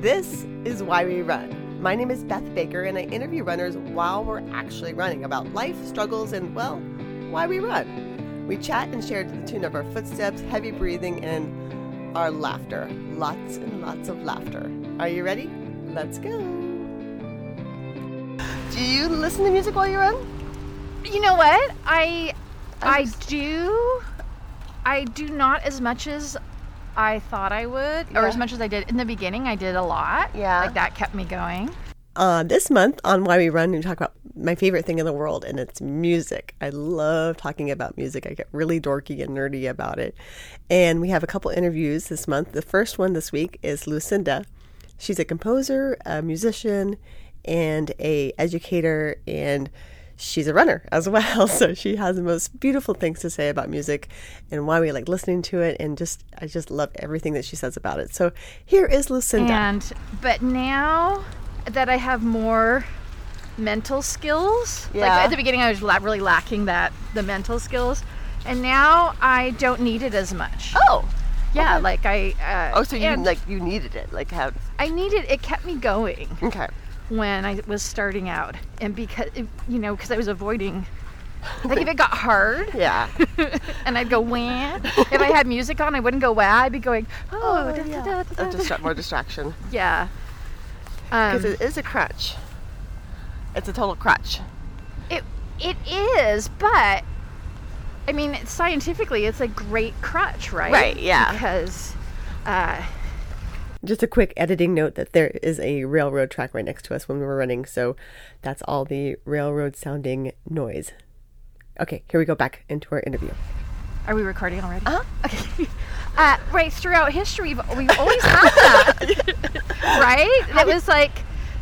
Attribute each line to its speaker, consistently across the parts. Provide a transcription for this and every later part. Speaker 1: This is Why We Run. My name is Beth Baker, and I interview runners while we're actually running about life, struggles, and, well, why we run. We chat and share to the tune of our footsteps, heavy breathing, and our laughter. Lots and lots of laughter. Are you ready? Let's go. Do you listen to music while you run?
Speaker 2: You know what? I I
Speaker 1: just-
Speaker 2: do I do not as much as I thought I would or as
Speaker 1: Yeah.
Speaker 2: much as I did in the beginning. I did a lot.
Speaker 1: Yeah.
Speaker 2: Like that kept me going.
Speaker 1: Uh, this month on Why We Run, we talk about my favorite thing in the world, and it's music. I love talking about music. I get really dorky and nerdy about it. And we have a couple interviews this month. The first one this week is Lucinda. She's a composer, a musician, and a educator, and she's a runner as well. So she has the most beautiful things to say about music and why we like listening to it, and just I just love everything that she says about it. So here is Lucinda.
Speaker 2: And but now that I have more mental skills,
Speaker 1: Yeah.
Speaker 2: like at the beginning I was la- really lacking that the mental skills, and now I don't need it as much.
Speaker 1: Oh,
Speaker 2: yeah, like I. Uh,
Speaker 1: Oh, so you
Speaker 2: and
Speaker 1: like you needed it, like how?
Speaker 2: I needed it kept me going.
Speaker 1: Okay.
Speaker 2: when I was starting out, and because you know, because I was avoiding. Like if it got hard,
Speaker 1: Yeah.
Speaker 2: and I'd go wah. if I had music on, I wouldn't go wah. I'd be going oh, da, da, da, da,
Speaker 1: A
Speaker 2: da."
Speaker 1: distra- more distraction
Speaker 2: yeah.
Speaker 1: because
Speaker 2: Um,
Speaker 1: it is a crutch. It's a total crutch.
Speaker 2: it it is, but I mean, scientifically, it's a great crutch, right?
Speaker 1: Right, yeah.
Speaker 2: Because uh,
Speaker 1: Just a quick editing note that there is a railroad track right next to us when we were running, so that's all the railroad sounding noise. Okay, here we go back into our interview.
Speaker 2: Are we recording already? Uh-huh. Okay. Uh, right throughout history, we've, we've always had that, right? That was like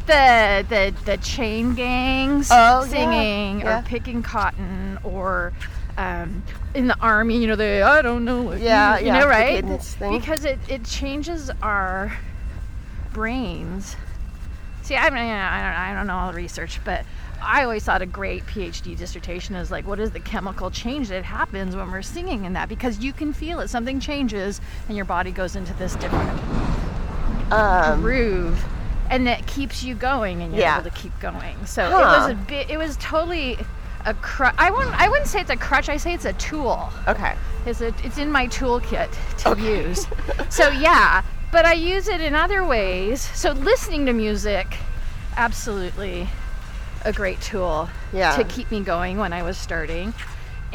Speaker 2: the the the chain gangs
Speaker 1: Oh, yeah,
Speaker 2: singing
Speaker 1: yeah.
Speaker 2: or picking cotton or um, in the army, you know, the I don't know, what you-
Speaker 1: Yeah,
Speaker 2: you,
Speaker 1: yeah,
Speaker 2: know,
Speaker 1: the
Speaker 2: right?
Speaker 1: cadence thing.
Speaker 2: Because it it changes our brains. See, I, mean, I don't I don't know all the research, but. I always thought a great PhD dissertation is like, what is the chemical change that happens when we're singing in that? Because you can feel it. Something changes, and your body goes into this different
Speaker 1: Um,
Speaker 2: groove, and that keeps you going, and you're
Speaker 1: Yeah.
Speaker 2: able to keep going. So it
Speaker 1: Huh.
Speaker 2: was a bit. It was totally a crutch. I wouldn't. I wouldn't say it's a crutch. I say it's a tool.
Speaker 1: okay.
Speaker 2: It's a, It's in my toolkit to use. So yeah, but I use it in other ways. So listening to music, absolutely, a great tool
Speaker 1: Yeah.
Speaker 2: to keep me going when I was starting.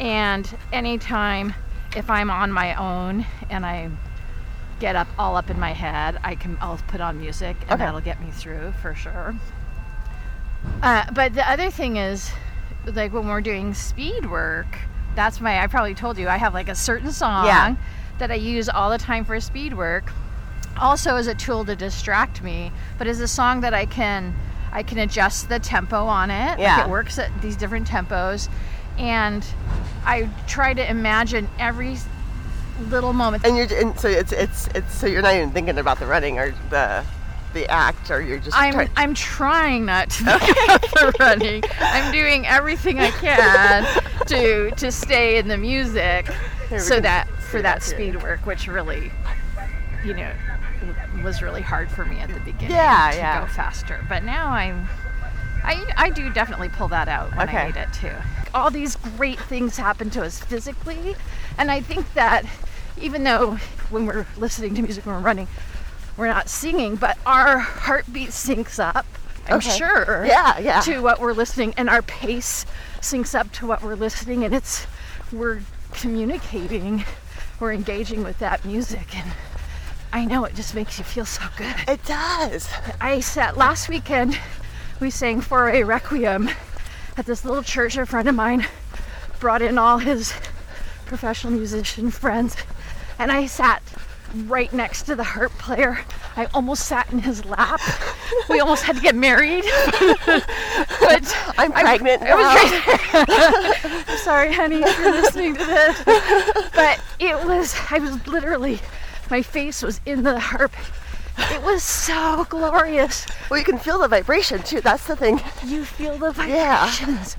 Speaker 2: And anytime if I'm on my own and I get up all up in my head, I can I'll put on music and
Speaker 1: Okay.
Speaker 2: that'll get me through for sure. Uh, but the other thing is, like when we're doing speed work, that's my I probably told you I have like a certain song that I use all the time for speed work also is a tool to distract me, but is a song that I can I can adjust the tempo on it.
Speaker 1: Yeah.
Speaker 2: Like it works at these different tempos. And I try to imagine every little moment.
Speaker 1: And you're and so it's it's it's so you're not even thinking about the running or the the act or you're just
Speaker 2: I'm
Speaker 1: trying-
Speaker 2: I'm trying not to think about the running. I'm doing everything I can to to stay in the music
Speaker 1: Here, we
Speaker 2: so
Speaker 1: can
Speaker 2: that
Speaker 1: see
Speaker 2: for
Speaker 1: it
Speaker 2: that
Speaker 1: up here.
Speaker 2: speed work which really you know w- was really hard for me at the beginning
Speaker 1: Yeah,
Speaker 2: to
Speaker 1: yeah.
Speaker 2: go faster. But now I'm I, I do definitely pull that out when
Speaker 1: Okay.
Speaker 2: I need it too. All these great things happen to us physically, and I think that even though when we're listening to music when we're running, we're not singing, but our heartbeat syncs up. I'm
Speaker 1: Okay.
Speaker 2: sure.
Speaker 1: Yeah, yeah.
Speaker 2: To what we're listening, and our pace syncs up to what we're listening, and it's we're communicating, we're engaging with that music, and I know it just makes you feel so good.
Speaker 1: It does.
Speaker 2: I sat last weekend. We sang for a requiem at this little church. A friend of mine brought in all his professional musician friends, and I sat right next to the harp player. I almost sat in his lap. We almost had to get married. but
Speaker 1: I'm pregnant.
Speaker 2: I was
Speaker 1: now.
Speaker 2: right- I'm sorry, honey, if you're listening to this. But it was, I was literally, my face was in the harp. It was so glorious.
Speaker 1: Well, you can feel the vibration too. That's the thing.
Speaker 2: You feel the
Speaker 1: Yeah.
Speaker 2: vibrations.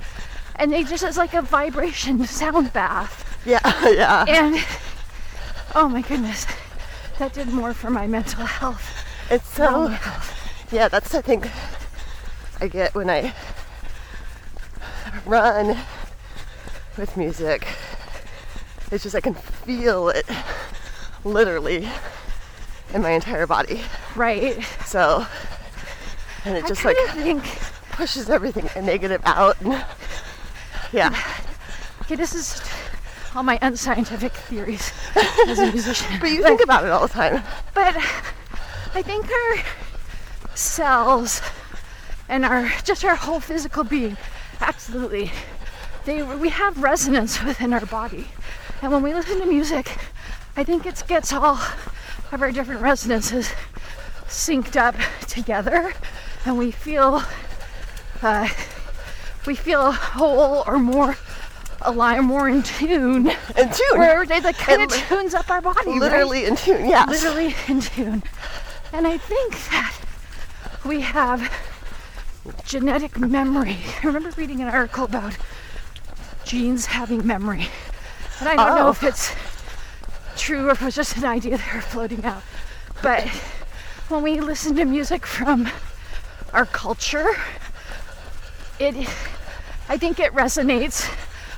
Speaker 2: And they just, it's like a vibration sound bath.
Speaker 1: Yeah, yeah.
Speaker 2: And oh my goodness, that did more for my mental health
Speaker 1: It's so, yeah, that's I think I get when I run with music. It's just I can feel it literally in my entire body.
Speaker 2: Right.
Speaker 1: So, and it just
Speaker 2: I
Speaker 1: like
Speaker 2: kinda think
Speaker 1: pushes everything negative out. And, yeah.
Speaker 2: okay, this is all my unscientific theories as a musician.
Speaker 1: But you think about it all the time.
Speaker 2: but I think our cells and our just our whole physical being, absolutely, they we have resonance within our body, and when we listen to music, I think it gets all of our different resonances synced up together, and we feel uh, we feel whole or more aligned, more in tune.
Speaker 1: In tune.
Speaker 2: Where they like kind
Speaker 1: And
Speaker 2: of
Speaker 1: li-
Speaker 2: tunes up our body, right?
Speaker 1: literally in tune, yeah.
Speaker 2: literally in tune. And I think that we have genetic memory. I remember reading an article about genes having memory. And I don't know
Speaker 1: Oh.
Speaker 2: if it's true or if it was just an idea they were floating out. But when we listen to music from our culture, it I think it resonates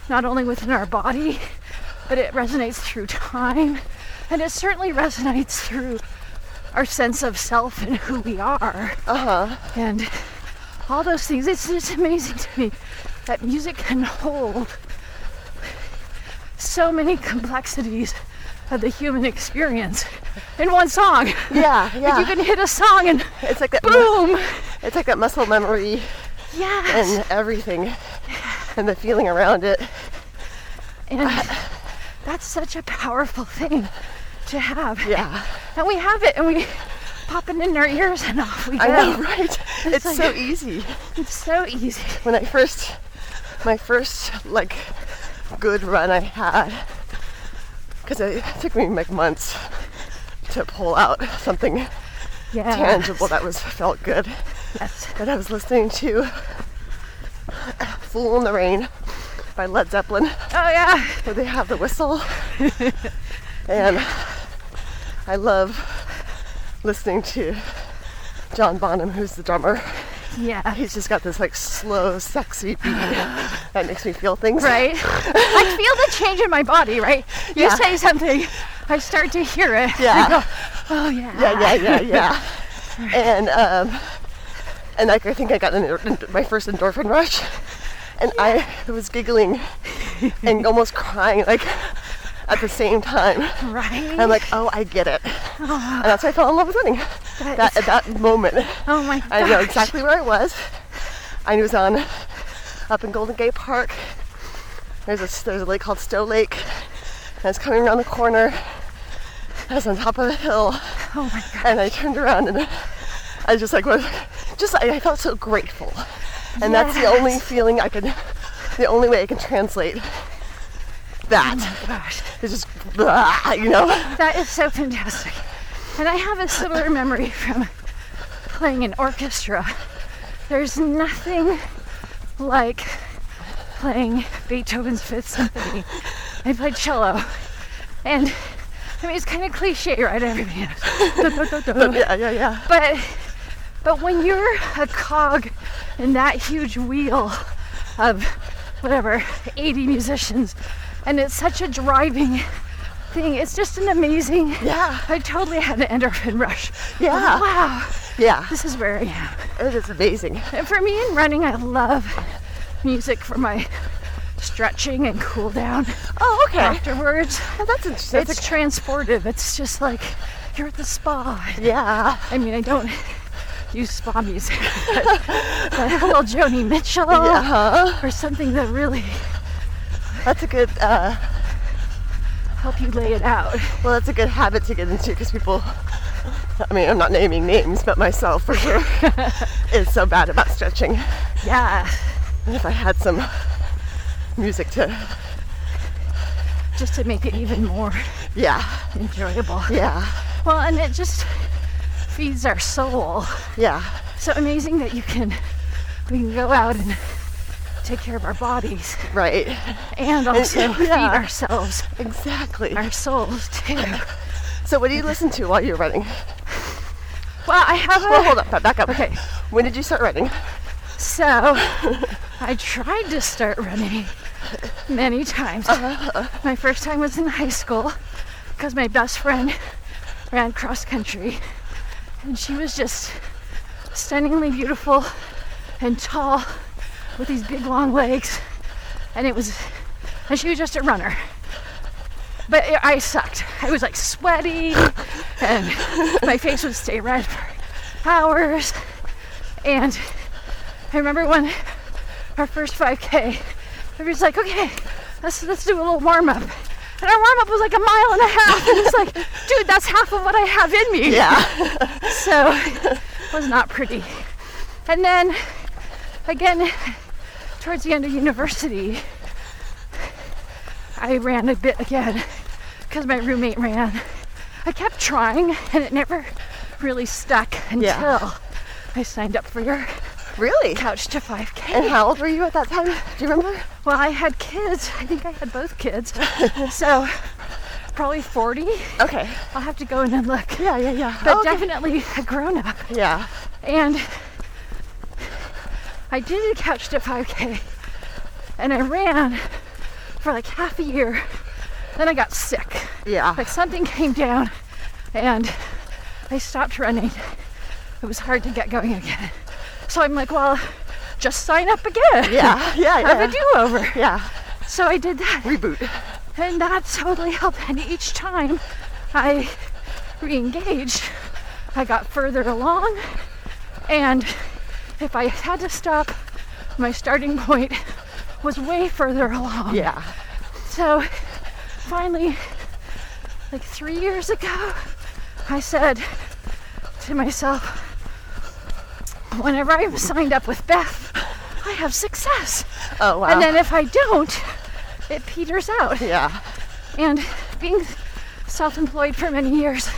Speaker 2: not only within our body, but it resonates through time. And it certainly resonates through our sense of self and who we are. And all those things. It's just amazing to me that music can hold so many complexities of the human experience in one song.
Speaker 1: Yeah, yeah.
Speaker 2: You can hit a song and
Speaker 1: it's like that.
Speaker 2: boom!
Speaker 1: It's like that muscle memory
Speaker 2: Yes.
Speaker 1: and everything, and the feeling around it.
Speaker 2: And
Speaker 1: uh,
Speaker 2: that's such a powerful thing to have.
Speaker 1: Yeah,
Speaker 2: And we have it and we pop it in our ears and off we go.
Speaker 1: I know, right? It's,
Speaker 2: like-
Speaker 1: so easy.
Speaker 2: It's so easy.
Speaker 1: When I first, my first like good run I had, because it took me like months to pull out something
Speaker 2: Yeah.
Speaker 1: tangible that was felt good.
Speaker 2: Yes.
Speaker 1: That I was listening to "Fool in the Rain" by Led Zeppelin.
Speaker 2: Oh yeah.
Speaker 1: where they have the whistle. and I love listening to John Bonham, who's the drummer.
Speaker 2: Yeah.
Speaker 1: He's just got this like slow, sexy beat that makes me feel things.
Speaker 2: right? I feel the change in my body, right? You
Speaker 1: Yeah.
Speaker 2: say something, I start to hear it.
Speaker 1: Yeah.
Speaker 2: Oh yeah.
Speaker 1: Yeah, yeah, yeah, yeah. and um, and like I think I got an, endor- my first endorphin rush, and I was giggling and almost crying like at the same time.
Speaker 2: Right.
Speaker 1: And I'm like, oh, I get it. And that's why I fell in love with running.
Speaker 2: That
Speaker 1: That at that moment,
Speaker 2: oh my
Speaker 1: I know
Speaker 2: gosh.
Speaker 1: exactly where I was. I was on up in Golden Gate Park. There's a there's a lake called Stowe Lake. And I was coming around the corner. I was on top of a hill,
Speaker 2: Oh my god.
Speaker 1: and I turned around and I just like was just I, I felt so grateful, and that's the only feeling I could, the only way I can translate that
Speaker 2: Oh, Gosh.
Speaker 1: is just blah, you know.
Speaker 2: That is so fantastic. And I have a similar memory from playing in orchestra. There's nothing like playing Beethoven's Fifth Symphony. I played cello. And I mean, it's kind of cliche, right? Everybody knows.
Speaker 1: Yeah, yeah, yeah.
Speaker 2: but but when you're a cog in that huge wheel of whatever 80 musicians and it's such a driving thing it's just an amazing
Speaker 1: Yeah.
Speaker 2: i totally had an endorphin rush
Speaker 1: Yeah.
Speaker 2: wow
Speaker 1: Yeah,
Speaker 2: this is where i am
Speaker 1: it is amazing.
Speaker 2: and for me in running i love music for my stretching and cool down
Speaker 1: Oh, okay.
Speaker 2: afterwards
Speaker 1: Oh, that's interesting. That's
Speaker 2: it's transportive it's just like you're at the spa
Speaker 1: a- yeah.
Speaker 2: I mean, I don't use spa music, but, but a little Joni Mitchell
Speaker 1: Uh-huh.
Speaker 2: or something that really
Speaker 1: That's a good. Uh,
Speaker 2: help you lay it out.
Speaker 1: well, that's a good habit to get into because people. I mean, I'm not naming names, but myself for sure is so bad about stretching.
Speaker 2: Yeah,
Speaker 1: And if I had some music to,
Speaker 2: just to make it even more
Speaker 1: yeah,
Speaker 2: enjoyable.
Speaker 1: yeah,
Speaker 2: Well, and it just feeds our soul.
Speaker 1: yeah,
Speaker 2: So amazing that you can we can go out and take care of our bodies
Speaker 1: right,
Speaker 2: and also feed
Speaker 1: yeah.
Speaker 2: ourselves,
Speaker 1: exactly.
Speaker 2: our souls too.
Speaker 1: So, what do you listen to while you're running?
Speaker 2: Well, I have a.
Speaker 1: Well, hold up, back up.
Speaker 2: Okay.
Speaker 1: When did you start running?
Speaker 2: So I tried to start running many times. My first time was in high school because my best friend ran cross country and she was just stunningly beautiful and tall with these big long legs and it was and she was just a runner but it, i sucked i was like sweaty and my face would stay red for hours and I remember when our first 5K, everybody's like, okay, let's let's do a little warm up. And our warm up was like a mile and a half. And it's like, dude, that's half of what I have in me.
Speaker 1: Yeah.
Speaker 2: So it was not pretty. And then again, towards the end of university, I ran a bit again because my roommate ran. I kept trying and it never really stuck until
Speaker 1: Yeah.
Speaker 2: I signed up for your
Speaker 1: Really?
Speaker 2: couch to 5K.
Speaker 1: And how old were you at that time? Do you remember?
Speaker 2: Well, I had kids. I think I had both kids. so probably 40.
Speaker 1: Okay.
Speaker 2: I'll have to go in and look.
Speaker 1: Yeah, yeah, yeah.
Speaker 2: But
Speaker 1: Oh, okay.
Speaker 2: definitely a grown up.
Speaker 1: Yeah.
Speaker 2: And I did the couch to 5K and I ran for like half a year. Then I got sick.
Speaker 1: Yeah.
Speaker 2: Like something came down and I stopped running. It was hard to get going again. So I'm like, well, just sign up again.
Speaker 1: yeah. Yeah.
Speaker 2: Have
Speaker 1: Yeah.
Speaker 2: a do over.
Speaker 1: yeah.
Speaker 2: So I did that.
Speaker 1: Reboot.
Speaker 2: And that totally helped. And each time I re engaged, I got further along. And if I had to stop, my starting point was way further along.
Speaker 1: Yeah.
Speaker 2: So finally, like three years ago, I said to myself, whenever I'm signed up with Beth, I have success.
Speaker 1: Oh wow.
Speaker 2: And then if I don't, it peters out
Speaker 1: yeah.
Speaker 2: and being self-employed for many years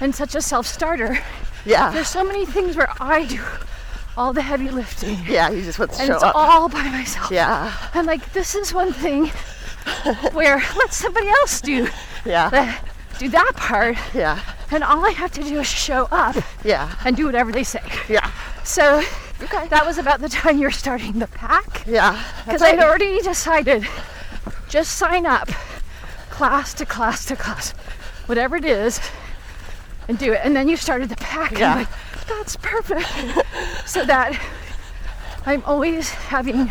Speaker 2: and such a self-starter
Speaker 1: Yeah.
Speaker 2: there's so many things where i do all the heavy lifting
Speaker 1: Yeah. You just want to
Speaker 2: and
Speaker 1: show
Speaker 2: it's
Speaker 1: up.
Speaker 2: all by myself
Speaker 1: yeah.
Speaker 2: i'm like this is one thing where let somebody else do
Speaker 1: Yeah.
Speaker 2: the, do that part
Speaker 1: Yeah.
Speaker 2: and all i have to do is show up
Speaker 1: Yeah.
Speaker 2: and do whatever they say
Speaker 1: Yeah.
Speaker 2: so
Speaker 1: Okay.
Speaker 2: that was about the time you're starting the pack
Speaker 1: Yeah.
Speaker 2: because
Speaker 1: That's
Speaker 2: I'd
Speaker 1: right.
Speaker 2: already decided just sign up class to class to class, whatever it is, and do it. And then you started the pack. and I'm
Speaker 1: Yeah.
Speaker 2: like, That's perfect. so that I'm always having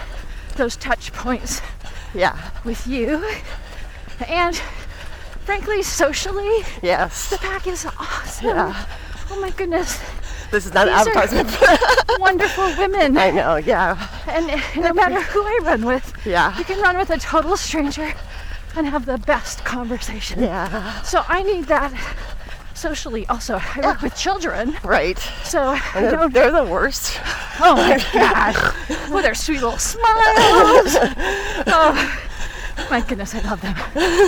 Speaker 2: those touch points
Speaker 1: Yeah.
Speaker 2: with you. And frankly, socially,
Speaker 1: Yes.
Speaker 2: the pack is awesome.
Speaker 1: Yeah.
Speaker 2: Oh my goodness.
Speaker 1: This is not an
Speaker 2: These are-
Speaker 1: advertisement.
Speaker 2: Wonderful women.
Speaker 1: I know. Yeah.
Speaker 2: And no matter who I run with,
Speaker 1: Yeah.
Speaker 2: You can run with a total stranger and have the best conversation.
Speaker 1: Yeah.
Speaker 2: So I need that socially also. I work with children,
Speaker 1: Right.
Speaker 2: so I
Speaker 1: They're,
Speaker 2: don't
Speaker 1: they're the worst.
Speaker 2: Oh my god. With their sweet little smiles. Oh my goodness, I love them.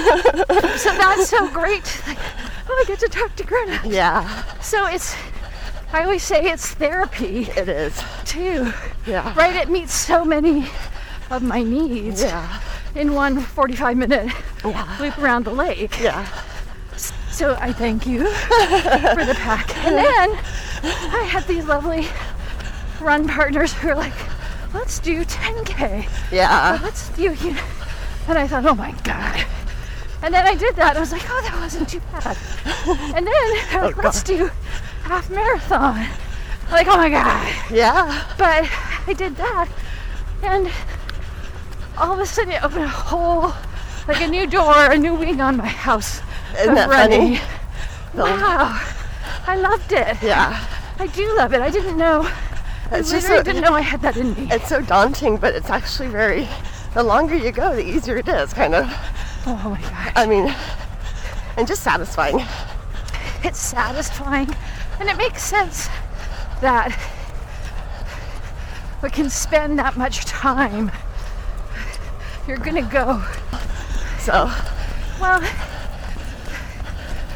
Speaker 2: So that's so great. Like, oh I get to talk to Greta.
Speaker 1: Yeah.
Speaker 2: So it's I always say it's therapy
Speaker 1: It is.
Speaker 2: too.
Speaker 1: Yeah.
Speaker 2: Right? It meets so many of my needs
Speaker 1: Yeah.
Speaker 2: in one 45 minute
Speaker 1: Yeah.
Speaker 2: loop around the lake.
Speaker 1: Yeah.
Speaker 2: So I thank you for the pack. And then I had these lovely run partners who were like, let's do 10K.
Speaker 1: Yeah.
Speaker 2: Let's do, you know. And I thought, oh my God. And then I did that. I was like, oh, that wasn't too bad. And then
Speaker 1: Oh,
Speaker 2: they're like, let's do half marathon. I'm like, oh my God.
Speaker 1: Yeah.
Speaker 2: But I did that. And all of a sudden it opened a whole, like a new door, a new wing on my house.
Speaker 1: Isn't
Speaker 2: of
Speaker 1: that
Speaker 2: running.
Speaker 1: funny? No.
Speaker 2: Wow, I loved it.
Speaker 1: Yeah.
Speaker 2: I do love it. I didn't know. I
Speaker 1: It's just
Speaker 2: literally
Speaker 1: so-
Speaker 2: didn't know I had that in me.
Speaker 1: It's so daunting, but it's actually very. The longer you go, the easier it is, kind of.
Speaker 2: Oh my gosh,
Speaker 1: I mean, and just satisfying.
Speaker 2: it's satisfying, and it makes sense that we can spend that much time. You're gonna go.
Speaker 1: So,
Speaker 2: Well,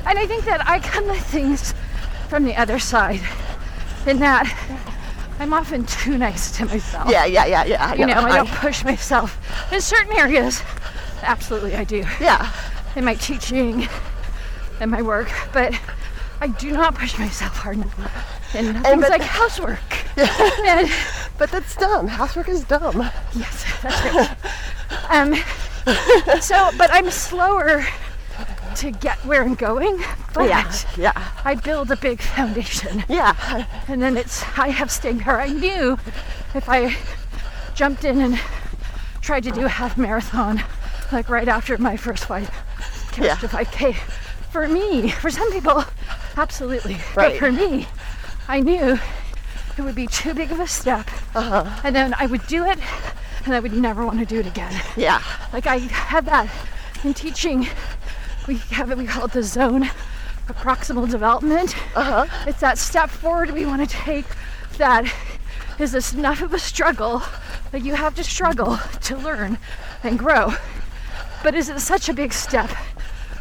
Speaker 2: and I think that I come to things from the other side, in that I'm often too nice to myself.
Speaker 1: yeah, yeah, yeah, yeah. I
Speaker 2: you know, I
Speaker 1: I-
Speaker 2: don't push myself in certain areas. Absolutely, I do
Speaker 1: yeah,
Speaker 2: in my teaching and my work, but I do not push myself hard enough. And things
Speaker 1: but-
Speaker 2: like housework. And-
Speaker 1: But that's dumb. Housework is dumb.
Speaker 2: yes, that's right. um, so, but I'm slower to get where I'm going, but
Speaker 1: Oh, yeah,
Speaker 2: I build a big foundation.
Speaker 1: yeah.
Speaker 2: And then it's, I have stayed power. I knew if I jumped in and tried to do a half marathon, like right after my first five,
Speaker 1: Yeah.
Speaker 2: to 5K, for me, for some people, absolutely.
Speaker 1: Right.
Speaker 2: But for me, I knew it would be too big of a step.
Speaker 1: Uh-huh.
Speaker 2: And then I would do it and I would never want to do it again.
Speaker 1: Yeah.
Speaker 2: Like I had that in teaching. We have it. We call it the zone of proximal development. Uh-huh. It's that step forward we want to take. That is this enough of a struggle that you have to struggle to learn and grow. But is it such a big step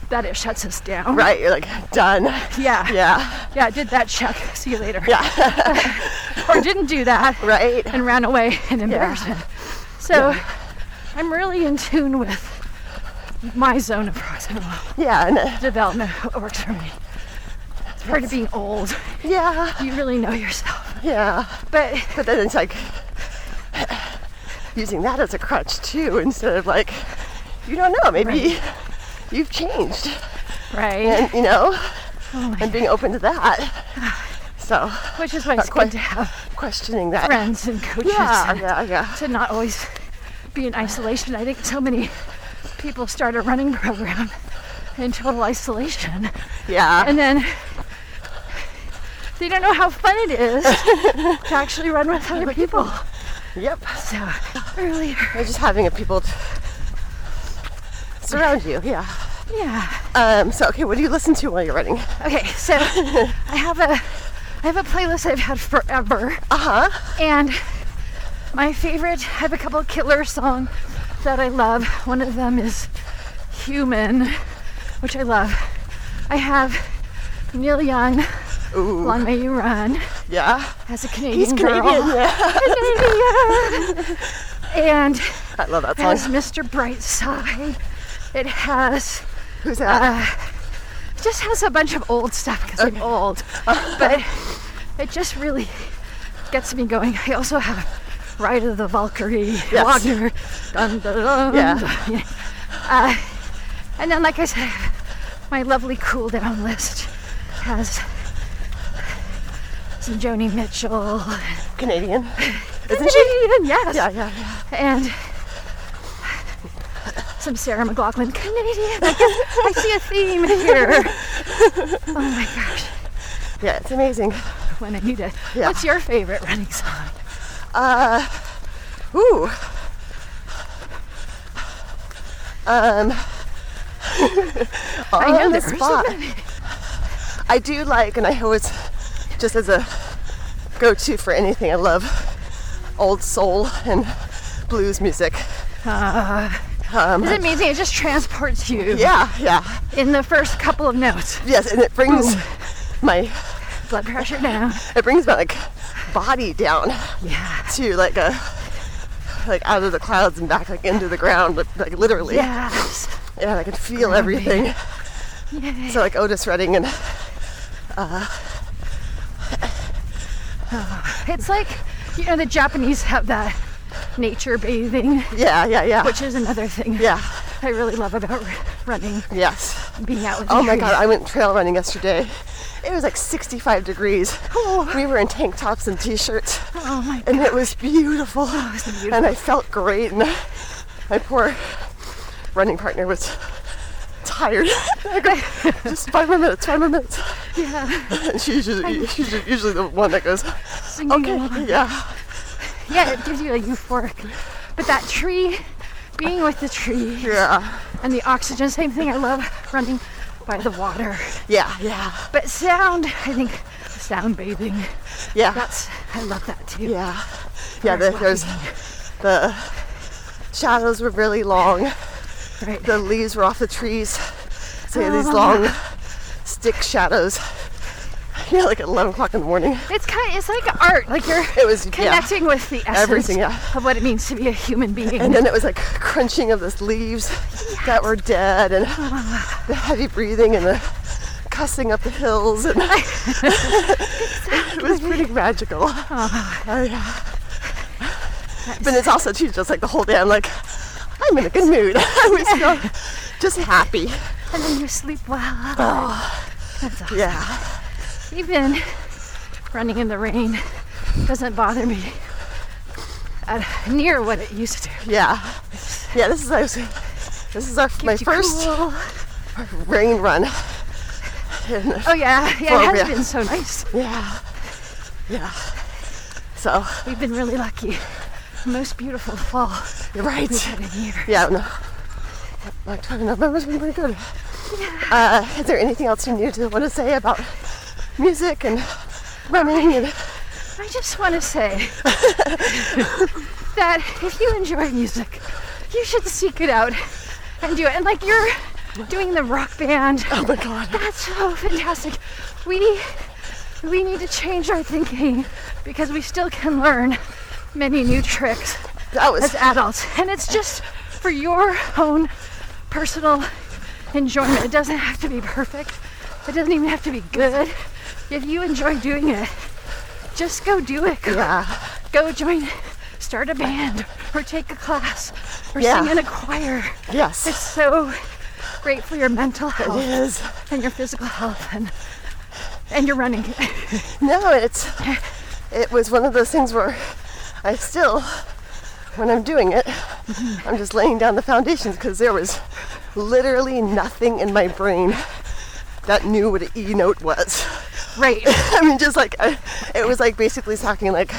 Speaker 2: that it shuts us down?
Speaker 1: Right. You're like done.
Speaker 2: Yeah.
Speaker 1: Yeah.
Speaker 2: Yeah. I did that check. See you later.
Speaker 1: Yeah.
Speaker 2: Or didn't do that
Speaker 1: Right.
Speaker 2: and ran away and embarrassed him. So I'm really in tune with my zone of proximal
Speaker 1: Yeah. And,
Speaker 2: development what works for me. It's part of being old.
Speaker 1: yeah.
Speaker 2: You really know yourself.
Speaker 1: Yeah.
Speaker 2: But
Speaker 1: But then it's like using that as a crutch too, instead of like, you don't know, maybe you've changed,
Speaker 2: right,
Speaker 1: and you know,
Speaker 2: Oh my
Speaker 1: and being open to that. So
Speaker 2: which is why it's
Speaker 1: quite-
Speaker 2: good to have
Speaker 1: questioning that.
Speaker 2: friends and coaches
Speaker 1: Yeah,
Speaker 2: and
Speaker 1: yeah, yeah.
Speaker 2: to not always be in isolation. I think so many people start a running program in total isolation
Speaker 1: Yeah.
Speaker 2: and then they don't know how fun it is to actually run with other people.
Speaker 1: yep.
Speaker 2: So earlier,
Speaker 1: Or just having a people t- surround you. Yeah.
Speaker 2: yeah.
Speaker 1: Um, so okay, what do you listen to while you're running?
Speaker 2: Okay, so I have a I have a playlist I've had forever,
Speaker 1: Uh huh.
Speaker 2: and my favorite. I have a couple of killer songs that I love. One of them is "Human," which I love. I have Neil Young,
Speaker 1: Ooh.
Speaker 2: "Long May You Run,"
Speaker 1: Yeah.
Speaker 2: as a Canadian
Speaker 1: He's
Speaker 2: girl.
Speaker 1: Canadian. Yeah.
Speaker 2: Canadian. and it
Speaker 1: I love that
Speaker 2: has
Speaker 1: song.
Speaker 2: Mr. Brightside. It has
Speaker 1: Who's
Speaker 2: Uh,
Speaker 1: that?
Speaker 2: It just has a bunch of old stuff because I'm old, but it just really gets me going. I also have Ride of the Valkyrie, Wagner, dun, dun, dun,
Speaker 1: Yeah.
Speaker 2: dun, yeah. Uh, and then, like I said, my lovely cool down list has some Joni Mitchell.
Speaker 1: Canadian. Isn't she?
Speaker 2: Canadian, yes.
Speaker 1: Yeah, yeah, yeah.
Speaker 2: And some Sarah McLaughlin. Canadian. I, guess I see a theme here. oh my gosh.
Speaker 1: Yeah, it's amazing.
Speaker 2: when I need it.
Speaker 1: Yeah.
Speaker 2: What's your favorite running song?
Speaker 1: Uh, ooh. Um,
Speaker 2: I know
Speaker 1: on the
Speaker 2: there are so
Speaker 1: spot.
Speaker 2: many.
Speaker 1: I do like, and I always, just as a go-to for anything, I love old soul and blues music. Um,
Speaker 2: It's amazing. Uh, It just transports you
Speaker 1: Yeah, yeah,
Speaker 2: in the first couple of notes.
Speaker 1: yes, and it brings my,
Speaker 2: Blood pressure down.
Speaker 1: it brings my like body down
Speaker 2: Yeah.
Speaker 1: to like a, like out of the clouds and back like into the ground, like, like literally.
Speaker 2: Yes.
Speaker 1: Yeah, I can feel everything.
Speaker 2: Yay.
Speaker 1: So like Otis Redding and
Speaker 2: It's like, you know, the Japanese have that nature bathing,
Speaker 1: yeah, yeah, yeah.
Speaker 2: which is another thing
Speaker 1: Yeah.
Speaker 2: I really love about r- running,
Speaker 1: Yes.
Speaker 2: being out with
Speaker 1: Oh
Speaker 2: the
Speaker 1: my
Speaker 2: trees.
Speaker 1: god, I went trail running yesterday. It was like 65 degrees.
Speaker 2: Oh,
Speaker 1: We were in tank tops and t-shirts,
Speaker 2: oh my
Speaker 1: and it was beautiful.
Speaker 2: was
Speaker 1: And
Speaker 2: beautiful.
Speaker 1: I felt great. And my poor running partner was tired. I go, Just five more minutes. Five more minutes.
Speaker 2: Yeah.
Speaker 1: And she's usually, she's usually the one that goes,
Speaker 2: Singing along.
Speaker 1: okay, yeah,
Speaker 2: Yeah, it gives you a euphoric. But that tree, being with the tree
Speaker 1: yeah,
Speaker 2: and the oxygen, same thing. I love running by the water.
Speaker 1: yeah, yeah,
Speaker 2: But sound, I think sound bathing.
Speaker 1: yeah,
Speaker 2: That's I love that too.
Speaker 1: yeah, yeah. The, there's the shadows were really long.
Speaker 2: Right.
Speaker 1: the leaves were off the trees. So you had these long stick shadows. Yeah, like at 11 o'clock in the morning.
Speaker 2: it's kind of, it's like art. Like you're
Speaker 1: It was yeah.
Speaker 2: connecting with the essence
Speaker 1: Everything, yeah.
Speaker 2: of what it means to be a human being.
Speaker 1: And then it was like crunching of the leaves that were dead, and the heavy breathing and the cussing up the hills, and it was pretty magical. Oh, yeah. But it's also too just like the whole day. I'm like, I'm in a good mood. I was so just happy.
Speaker 2: and then you sleep well.
Speaker 1: Uh.
Speaker 2: That's awesome.
Speaker 1: Yeah.
Speaker 2: Even running in the rain doesn't bother me at near what it used to.
Speaker 1: Yeah. Yeah. This is I was, this is our my
Speaker 2: Keeps you
Speaker 1: first
Speaker 2: cool.
Speaker 1: rain run. And
Speaker 2: Oh yeah, yeah,
Speaker 1: Oh,
Speaker 2: it has
Speaker 1: yeah.
Speaker 2: been so nice.
Speaker 1: Yeah. Yeah. So,
Speaker 2: We've been really lucky. Most beautiful fall
Speaker 1: you're
Speaker 2: we've
Speaker 1: right.
Speaker 2: had in years.
Speaker 1: Yeah, no. October, November's been pretty good. Uh, is there anything else you need to want to say about music and running? And, oh
Speaker 2: I just want to say that if you enjoy music, you should seek it out and do it. And like you're doing the rock band,
Speaker 1: oh my god.
Speaker 2: that's so fantastic. We we need to change our thinking because we still can learn many new tricks
Speaker 1: That was
Speaker 2: as adults, and it's just for your own personal enjoyment. It doesn't have to be perfect. It doesn't even have to be good. If you enjoy doing it, just go do it. Go
Speaker 1: yeah.
Speaker 2: go join, start a band, or take a class, or
Speaker 1: Yeah.
Speaker 2: sing in a choir. It's
Speaker 1: Yes.
Speaker 2: so great for your mental
Speaker 1: It
Speaker 2: health
Speaker 1: is.
Speaker 2: and your physical health and and your running.
Speaker 1: No, it's it was one of those things where I still when I'm doing it, I'm just laying down the foundations because there was literally nothing in my brain that knew what an E note was.
Speaker 2: Right.
Speaker 1: I mean, just like I, it was like basically talking like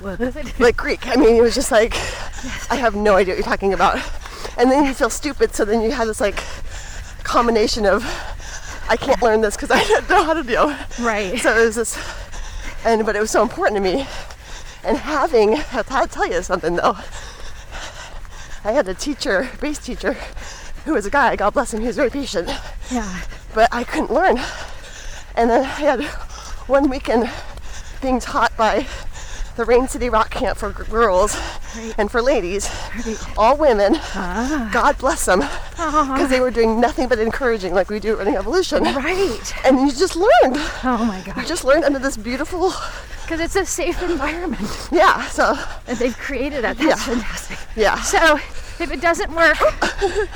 Speaker 2: Wood.
Speaker 1: like Greek. I mean, it was just like I have no idea what you're talking about, and then you feel stupid. So then you have this like combination of I can't learn this because I don't know how to do.
Speaker 2: Right.
Speaker 1: So it was this, and but it was so important to me. And having, I'll t- I'll tell you something though. I had a teacher, bass teacher, who was a guy. God bless him. He was very patient
Speaker 2: Yeah.
Speaker 1: but I couldn't learn. And then I had one weekend being taught by the Rain City Rock Camp for g- girls and for ladies, all women. God bless them, because they were doing nothing but encouraging, like we do at Running Evolution.
Speaker 2: Right.
Speaker 1: And you just learned.
Speaker 2: Oh my
Speaker 1: You
Speaker 2: gosh.
Speaker 1: just learned under this beautiful,
Speaker 2: Because it's a safe environment
Speaker 1: yeah. So
Speaker 2: that they've created it. That's
Speaker 1: Yeah.
Speaker 2: fantastic.
Speaker 1: yeah,
Speaker 2: So if it doesn't work,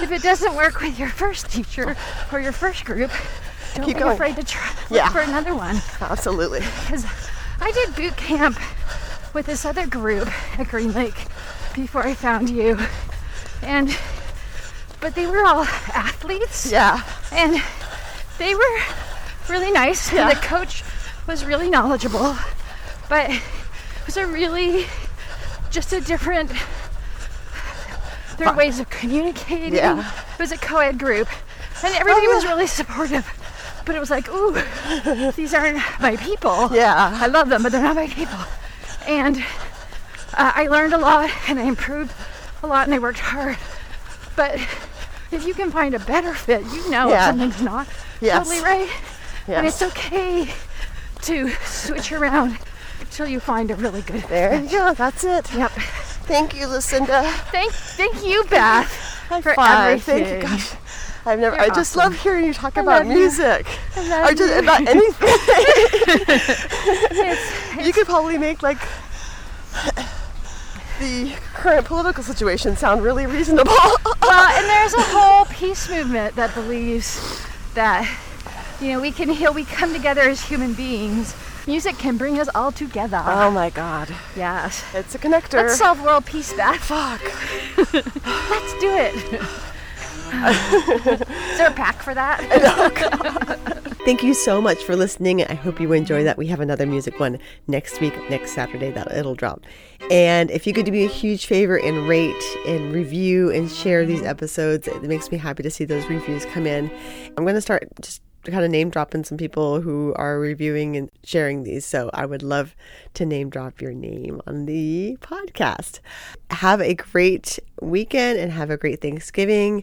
Speaker 2: if it doesn't work with your first teacher or your first group, don't
Speaker 1: Keep
Speaker 2: be
Speaker 1: going.
Speaker 2: afraid to try look
Speaker 1: Yeah.
Speaker 2: for another one.
Speaker 1: absolutely.
Speaker 2: because I did boot camp with this other group at Green Lake before I found you. And but they were all athletes
Speaker 1: Yeah,
Speaker 2: and they were really nice. and
Speaker 1: Yeah.
Speaker 2: the coach was really knowledgeable. But it was a really just a different there are ways of communicating.
Speaker 1: Yeah. Oh,
Speaker 2: It was a co ed group. And everybody was really supportive. But it was like, ooh, these aren't my people. I
Speaker 1: yeah,
Speaker 2: love them, but they're not my people. And uh, I learned a lot and I improved a lot and I worked hard. But if you can find a better fit, you know
Speaker 1: Yeah.
Speaker 2: if something's not
Speaker 1: Yes.
Speaker 2: totally right. And
Speaker 1: yes.
Speaker 2: it's okay to switch around until you find a really good fit.
Speaker 1: There you go. That's it.
Speaker 2: Yep.
Speaker 1: Thank you, Lucinda.
Speaker 2: Thank, thank you, Beth. for
Speaker 1: Fine,
Speaker 2: everything.
Speaker 1: Thank you. Gosh, I've never.
Speaker 2: You're
Speaker 1: I just love hearing you talk about
Speaker 2: love you.
Speaker 1: music.
Speaker 2: I love
Speaker 1: or just
Speaker 2: you.
Speaker 1: about anything.
Speaker 2: It's-
Speaker 1: you could probably make like the current political situation sound really reasonable.
Speaker 2: well, and there's a whole peace movement that believes that you know we can heal. We come together as human beings. Music can bring us all together.
Speaker 1: oh my God,
Speaker 2: yes.
Speaker 1: it's a connector.
Speaker 2: Let's solve world peace, Beth.
Speaker 1: Fuck.
Speaker 2: Let's do it. Is there a pack for that?
Speaker 1: Thank you so much for listening. I hope you enjoy that. We have another music one next week, next Saturday that it'll drop. And if you could do me a huge favor and rate and review and share these episodes, it makes me happy to see those reviews come in. I'm going to start just kind of name dropping some people who are reviewing and sharing these. So I would love to name drop your name on the podcast. Have a great weekend and have a great Thanksgiving.